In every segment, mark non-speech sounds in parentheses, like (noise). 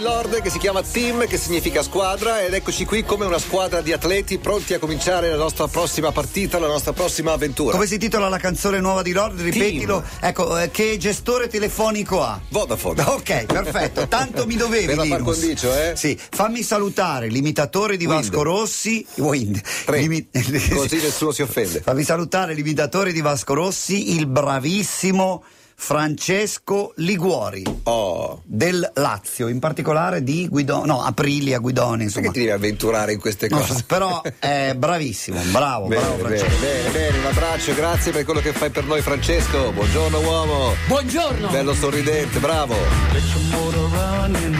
Lord che si chiama Team, che significa squadra, ed eccoci qui come una squadra di atleti pronti a cominciare la nostra prossima partita, la nostra prossima avventura. Come si titola la canzone nuova di Lord? Ripetilo. Ecco, eh, che gestore telefonico ha? Vodafone. Ok, perfetto. Tanto mi dovevi. Per la par Linus. condicio, eh? Sì, fammi salutare l'imitatore di Wind. Vasco Rossi. Wind. Tre. (laughs) Limi- (laughs) Così nessuno si offende. Fammi salutare l'imitatore di Vasco Rossi, il bravissimo Francesco Liguori Oh. del Lazio, in particolare di Guido, no, Aprilia Guidoni, insomma. Perché ti devi avventurare in queste Non cose? so, però è bravissimo, bravo, Bene, bravo bene, Francesco. bene, bene, un abbraccio, grazie per quello che fai per noi Francesco. Buongiorno uomo, Buongiorno. bello sorridente, bravo. Get your motor running.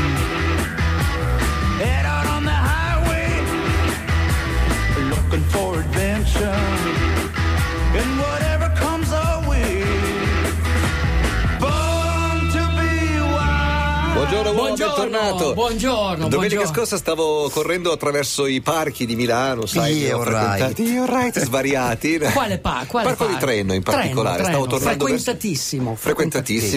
Head out on the highway. Looking for adventure. And whatever comes our way. Born to be wild. Buongiorno uomo, Buongiorno, bentornato. buongiorno, Domenica buongiorno. scorsa stavo correndo attraverso i parchi di Milano, sai, Io, li ho frequentati, io, right, svariati. Quale pa- quale Parco di parco? Treno in particolare, Treno, stavo Treno. tornando verso- Frequentatissimo, frequentatissimo,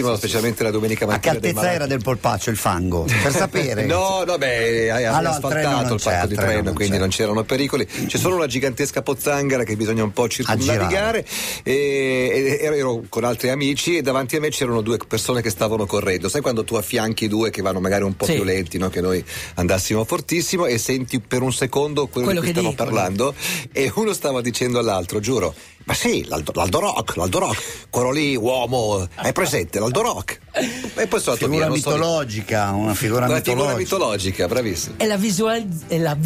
frequentatissimo, specialmente la domenica A che mattina. dei altezza era del polpaccio il fango? (laughs) Per sapere. No, no, beh, hai Ah, no, al treno asfaltato non il c'è, parco al di treno treno, non quindi c'è. non c'erano pericoli. C'è solo una gigantesca pozzanghera che bisogna un po' circumnavigare. E, e ero- ero con altri amici e davanti a me c'erano due persone che stavano correndo. Sai quando tu affianchi due che vanno magari un po' Sì. più lenti, no? che noi andassimo fortissimo e senti per un secondo quello, Quello di che cui stiamo dicono. parlando e uno stava dicendo all'altro, giuro, ma sì, l'Aldo, l'Aldo Rock, l'Aldo Rock, quello lì, uomo, hai presente, l'Aldo Rock. E poi sono andato via, Figura non so- mitologica, una figura una mitologica. figura mitologica, bravissimo. È la, visual- è la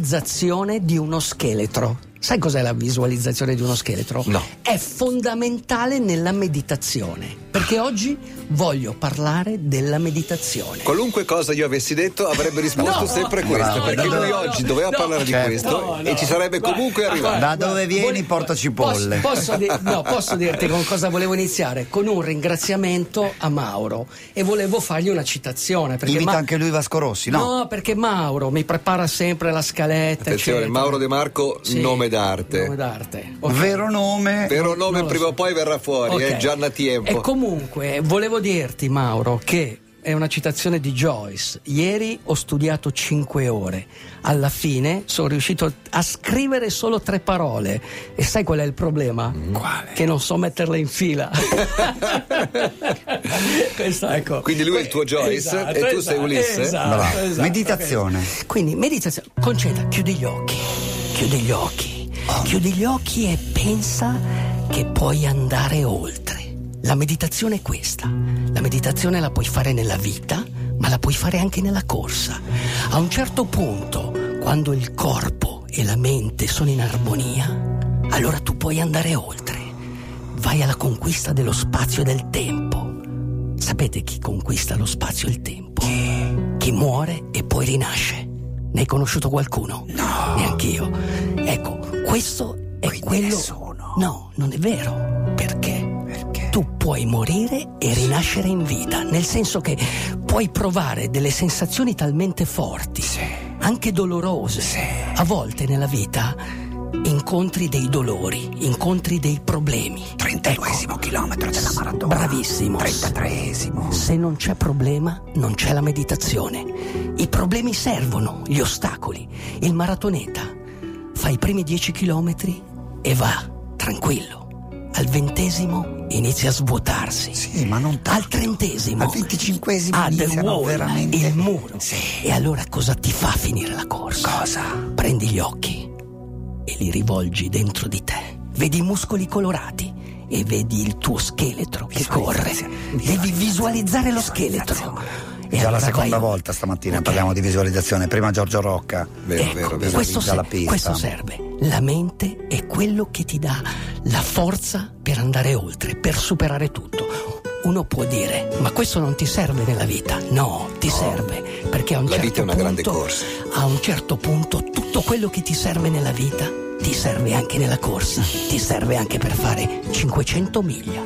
visualizzazione di uno scheletro. Sai cos'è la visualizzazione di uno scheletro? No. È fondamentale nella meditazione. Perché oggi voglio parlare della meditazione. Qualunque cosa io avessi detto avrebbe risposto No, sempre no, questo, no, perché no, lui no, oggi no, doveva no, parlare certo. di questo No, no. e ci sarebbe Guarda, comunque guarda, arrivato. Da dove vieni, Vole- porta cipolle. Posso, posso di- no, posso dirti con cosa volevo iniziare? Con un ringraziamento a Mauro e volevo fargli una citazione. Perché Imita Ma- anche lui Vasco Rossi, no? perché Mauro mi prepara sempre la scaletta. Attenzione, eccetera. Mauro De Marco, nome d'arte. certo. Nome d'arte. ok. Vero nome. Però Non nome lo prima so. o poi verrà fuori, Ok. Ecco. è Gianna Tiempo. E comunque volevo dirti, Mauro, che è una citazione di Joyce. Ieri ho studiato 5 ore. Alla fine sono riuscito a scrivere solo tre parole. E sai qual è il problema? Mm. Quale? Che non so metterle (laughs) in fila. Questa, ecco. Quindi lui è il tuo Joyce Esatto, e tu sei esatto, Ulisse? esatto, Bravo. esatto. Ah, Meditazione. Quindi meditazione, concentra, chiudi gli occhi, chiudi gli occhi, chiudi gli occhi e pensa che puoi andare oltre. La meditazione è questa. La meditazione la puoi fare nella vita, ma la puoi fare anche nella corsa. A un certo punto, quando il corpo e la mente sono in armonia, allora tu puoi andare oltre. Vai alla conquista dello spazio e del tempo. Sapete chi conquista lo spazio e il tempo? Chi muore e poi rinasce. Ne hai conosciuto qualcuno? No. Neanch'io. Ecco, questo è quello. nessuno. No, non è vero. Perché? Perché? Tu puoi morire e rinascere in vita, nel senso che puoi provare delle sensazioni talmente forti, anche dolorose. A volte nella vita incontri dei dolori, incontri dei problemi. 32esimo chilometro della maratona. Bravissimo. 33esimo. Se non c'è problema, non c'è la meditazione. I problemi servono, gli ostacoli. Il maratoneta fa i primi 10 chilometri e va tranquillo. Al ventesimo inizia a svuotarsi. Sì, ma non tanto. Al trentesimo. Al venticinquesimo Ah, the iniziano wall, veramente- Il muro. Sì. E allora cosa ti fa finire la corsa? Cosa? Prendi gli occhi e li rivolgi dentro di te. Vedi i muscoli colorati e vedi il tuo scheletro che corre. Visualizzazione, Devi visualizzare lo scheletro. È già la allora seconda vai- volta stamattina Ok. parliamo di visualizzazione, prima Giorgio Rocca. Vero, Ecco, vero, vero. Visualizza Questo, ser- la pista. questo serve. La mente è quello che ti dà la forza per andare oltre, per superare tutto. Uno può dire, ma questo non ti serve nella vita. No, ti serve perché a un La certo vita è una punto, grande corsa. A un certo punto tutto quello che ti serve nella vita ti serve anche nella corsa, ti serve anche per fare 500 miglia.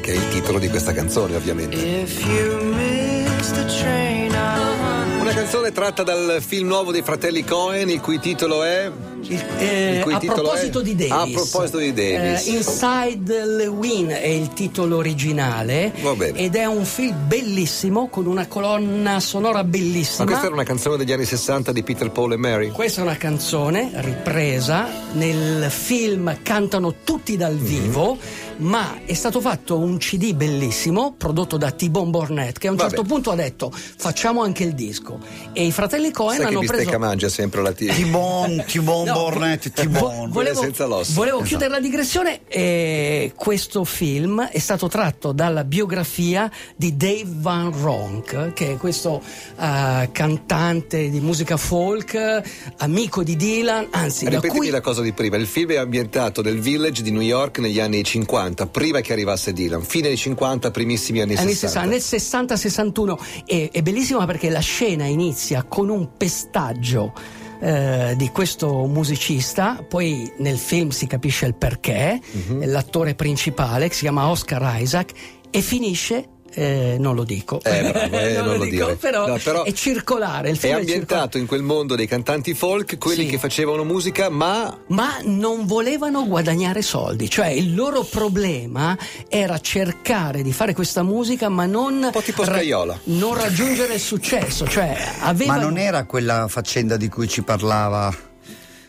Che è il titolo di questa canzone, Eh. ovviamente. If you miss the train, I'm Una canzone tratta dal film nuovo dei fratelli Cohen, il cui titolo è Eh, Il cui a titolo proposito è- di Davis, A proposito di Davis. eh, Inside Lewin è il titolo originale Va bene. ed è un film bellissimo con una colonna sonora bellissima. Ma questa era una canzone degli anni 60 di Peter, Paul e Mary? Questa è una canzone ripresa nel film Cantano tutti Mhm. dal vivo, ma è stato fatto un CD bellissimo prodotto da T-Bone Burnett che a un Vabbè. certo punto ha detto facciamo anche il disco e i fratelli Cohen Sai che hanno bistecca preso mangia sempre la TV? Timon, Timon No, Bornet, Timon. vo- quella senza l'osso. Esatto. volevo chiudere la digressione. eh, questo film è stato tratto dalla biografia di Dave Van Ronk, che è questo eh, cantante di musica folk, eh, amico di Dylan, anzi, da Ripetimi cui la cosa di prima, il film è ambientato nel village di New York negli anni 50, prima che arrivasse Dylan, fine dei 50, primissimi anni, Anni 60. 60, nel 60-61 è, è bellissima perché la scena inizia con un pestaggio eh, di questo musicista, poi nel film si capisce il perché, Mhm. l'attore principale che si chiama Oscar Isaac e finisce eh, non lo dico, Eh, bravo, eh, (laughs) Non non lo dico, dire. però, No, però è circolare. Il È film è circolare. ambientato in quel mondo dei cantanti folk, quelli Sì. che facevano musica, ma ma non volevano guadagnare soldi, cioè il loro problema era cercare di fare questa musica ma non, po' tipo Scaiola. non raggiungere il successo, cioè Ma avevano non era quella faccenda di cui ci parlava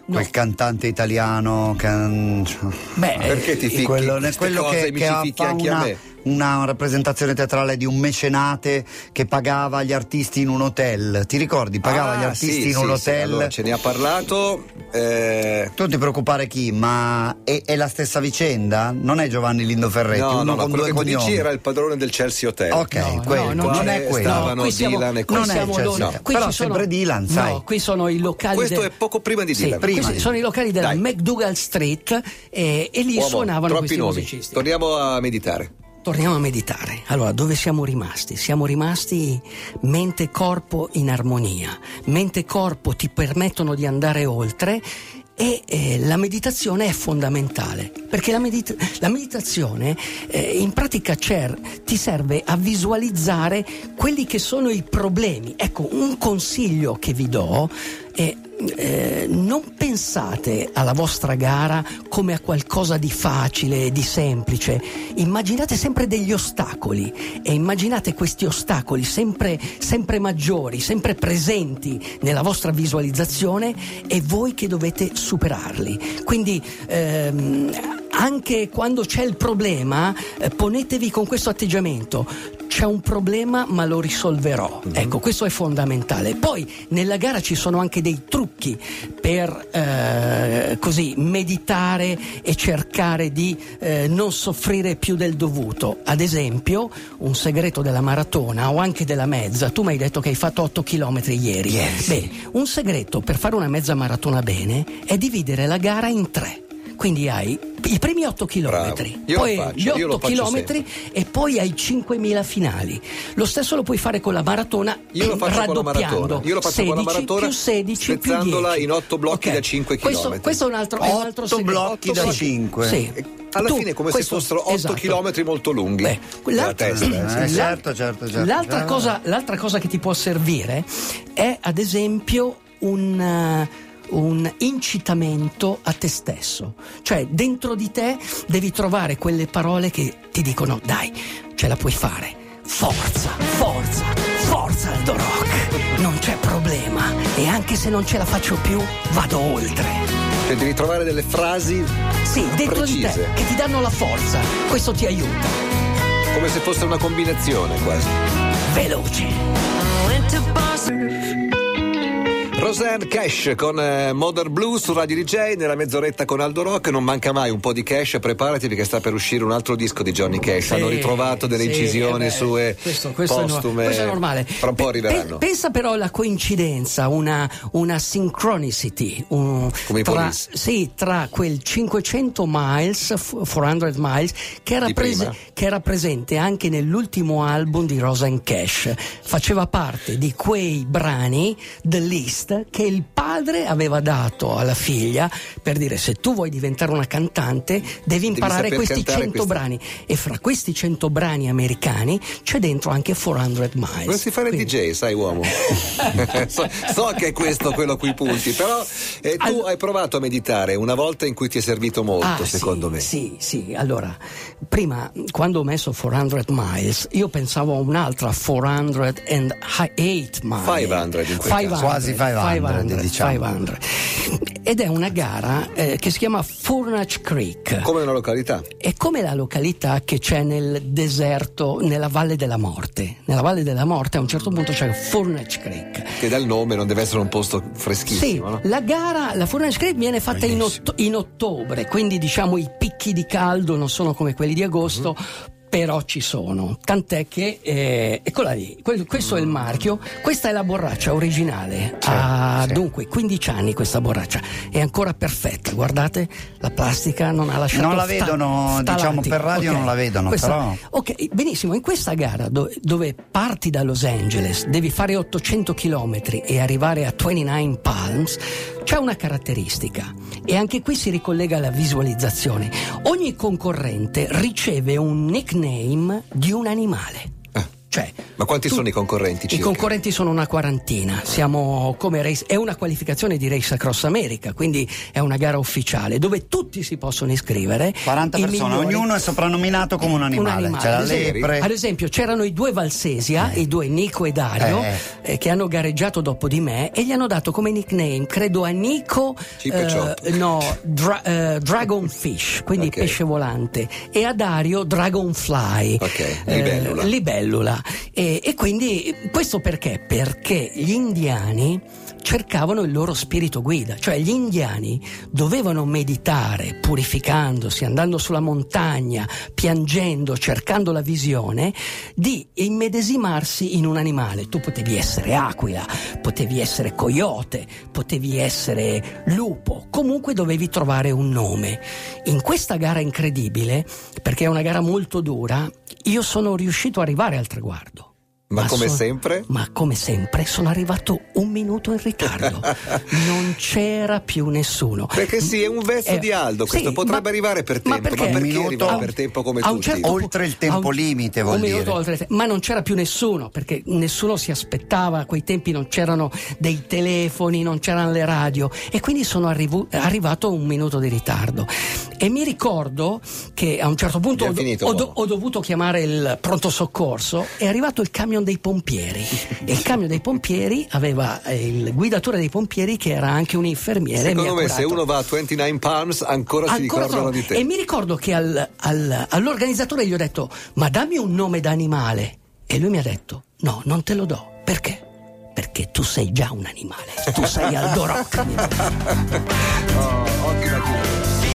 quel cantante italiano che... cioè, Beh, perché ti ficchi quello, queste quello cose che, e mi che ci ha- ficchi fa anche una, a me? una rappresentazione teatrale di un mecenate che pagava gli artisti in un hotel. Ti ricordi? Pagava Ah, gli artisti sì, in un sì, sì, hotel. allora ce ne ha parlato eh, Tu non ti preoccupare chi, ma è, è la stessa vicenda? Non è Giovanni Lindo Ferretti, No, uno no, no, con quello due che tu dici cognomi. era il padrone del Chelsea Hotel. Ok, No, quello, no, non non c'è- è quello. stavano qui siamo- Dylan e qui non è siamo Chelsea. loro. No, Qui però ci sono- sempre Dylan, no, sai. qui sono i locali Questo del- è poco prima di Sì, Dylan. qui Prima si- di- sono i locali della Dai. McDougall Street eh, e lì Uomo, suonavano troppi questi nomi. musicisti. Torniamo a meditare. Torniamo a meditare. Allora, dove siamo rimasti? Siamo rimasti mente e corpo in armonia. Mente e corpo ti permettono di andare oltre e eh, la meditazione è fondamentale, perché la, medita- la meditazione eh, in pratica cer- ti serve a visualizzare quelli che sono i problemi. Ecco, un consiglio che vi do è eh, non pensate alla vostra gara come a qualcosa di facile, di semplice. Immaginate sempre degli ostacoli e immaginate questi ostacoli sempre, sempre maggiori, sempre presenti nella vostra visualizzazione e voi che dovete superarli. Quindi ehm, anche quando c'è il problema, eh, ponetevi con questo atteggiamento c'è un problema ma lo risolverò. Ecco, questo è fondamentale. Poi nella gara ci sono anche dei trucchi per eh, così meditare e cercare di eh, non soffrire più del dovuto. Ad esempio, un segreto della maratona o anche della mezza. Tu mi hai detto che hai fatto 8 km ieri. Beh, un segreto per fare una mezza maratona bene è dividere la gara in tre. Quindi hai i primi 8 km, Io lo poi faccio, gli io lo 8 faccio km e poi ai 5.000 finali. Lo stesso lo puoi fare con la maratona Io lo faccio con la raddoppiando. maratona. Io lo faccio 16 con la maratona più 16 spezzandola più 10. in otto blocchi Ok. da cinque Questo, chilometri. questo è un altro, è un altro Otto segreto. blocchi da Sì. cinque. Sì. E alla Tu, fine è come questo- se fossero 8 esatto. chilometri molto lunghi. Beh, nella l'altra- testa, eh. eh, l'al- certo, certo, certo. L'altra, Certo. Cosa, l'altra cosa che ti può servire è, ad esempio, un. eh, un incitamento a te stesso, cioè dentro di te devi trovare quelle parole che ti dicono dai, ce la puoi fare, forza, forza, forza Aldo Rock, non c'è problema e anche se non ce la faccio più vado oltre. Cioè, devi trovare delle frasi Sì, dentro di Precise. te che ti danno la forza, questo ti aiuta, come se fosse una combinazione quasi. veloce. Roseanne Cash con eh, Modern Blues su Radio DJ nella mezz'oretta con Aldo Rock. Non manca mai un po' di cash. Preparati perché sta per uscire un altro disco di Johnny Cash. Hanno Sì, ritrovato delle sì, incisioni eh beh, sue questo, questo è no- postume. questo è normale. Tra un po' Pe- arriveranno. pe- pensa però alla coincidenza, una, una synchronicity un- Come i tra, police. sì, tra quel 500 miles, f- 400 miles, che era, Di prese- prima. che era presente anche nell'ultimo album di Roseanne Cash. Faceva parte di quei brani, The List, band che il padre aveva dato alla figlia per dire se tu vuoi diventare una cantante devi imparare saper questi cantare 100 questi- brani e fra questi 100 brani americani c'è dentro anche 400 miles. Dovresti fare Quindi- DJ, sai (laughs) uomo. so, so che è questo quello a cui punti, però eh, tu Al- hai provato a meditare una volta in cui ti è servito molto, Ah, secondo sì, me. Sì, sì. Allora, prima, quando ho messo 400 miles, io pensavo a un'altra 408 miles. 500 in quel caso. 500, Quasi 500, diciamo. 500. Ed è una gara eh, che si chiama Furnace Creek. Come una località. È come la località che c'è nel deserto, nella Valle della Morte. Nella Valle della Morte a un certo punto c'è Furnace Creek. Che dal nome non deve essere un posto Sì, freschissimo, no? la gara, la Furnace Creek viene fatta in, ott- in ottobre, quindi diciamo i picchi di caldo non sono come quelli di agosto. Però ci sono, tant'è che, eh, eccola lì, que- questo è il marchio, questa è la borraccia originale, ha sì. dunque 15 anni questa borraccia, è ancora perfetta, guardate la plastica non ha lasciato Non la Certo, sta- vedono, stalati. diciamo, per radio Ok, non la vedono, questa- però- Ok, benissimo, in questa gara do- dove parti da Los Angeles, devi fare 800 km e arrivare a 29 Palms, c'è una caratteristica e anche qui si ricollega alla visualizzazione. Ogni concorrente riceve un nickname di un animale. Eh. Cioè, Ma quanti sono i concorrenti i circa? concorrenti sono una quarantina, siamo come race, è una qualificazione di Race Across America, quindi è una gara ufficiale dove tutti si possono iscrivere. 40 I persone, migliori- ognuno è soprannominato come un animale. C'è la Ad esempio- lepre. Ad esempio, c'erano i due Valsesia, i due Nico e Dario, Eh. eh, che hanno gareggiato dopo di me e gli hanno dato come nickname, credo a Nico, Chip e Chop. no, dra- eh, Dragonfish, quindi Ok. pesce volante, e a Dario Dragonfly, Ok, eh, libellula. libellula. E, e quindi questo perché? Perché gli indiani cercavano il loro spirito guida, cioè gli indiani dovevano meditare, purificandosi, andando sulla montagna, piangendo, cercando la visione, di immedesimarsi in un animale. Tu potevi essere aquila, potevi essere coyote, potevi essere lupo, comunque dovevi trovare un nome. In questa gara incredibile, perché è una gara molto dura, io sono riuscito ad arrivare al traguardo. Ma come so- sempre? Ma come sempre sono arrivato un minuto in ritardo. non c'era più nessuno. Perché sì, è un verso Eh, di Aldo, questo sì, potrebbe ma- arrivare per tempo, ma Un perché minuto- arrivare a- per tempo come a un tutti? certo pu- Oltre il a un- tempo limite, vuol un minuto dire. oltre il te- ma non c'era più nessuno perché nessuno si aspettava a quei tempi non c'erano dei telefoni non c'erano le radio e quindi sono arrivu- arrivato un minuto di ritardo e mi ricordo che a un certo punto Abbiamo ho, do- finito, ho do- uomo. ho dovuto chiamare il pronto soccorso è arrivato il camion dei pompieri e il camion dei pompieri aveva eh, il guidatore dei pompieri che era anche un infermiere e mi Secondo ha me se curato. uno va a 29 Palms ancora, si Ancora ricordano sono- di te. E mi ricordo che al- al- all'organizzatore gli ho detto: Ma dammi un nome d'animale. E lui mi ha detto: No, non te lo do. Perché? Perché tu (laughs) sei già un animale. Tu sei Aldorocca. Oh, ottima chiusura.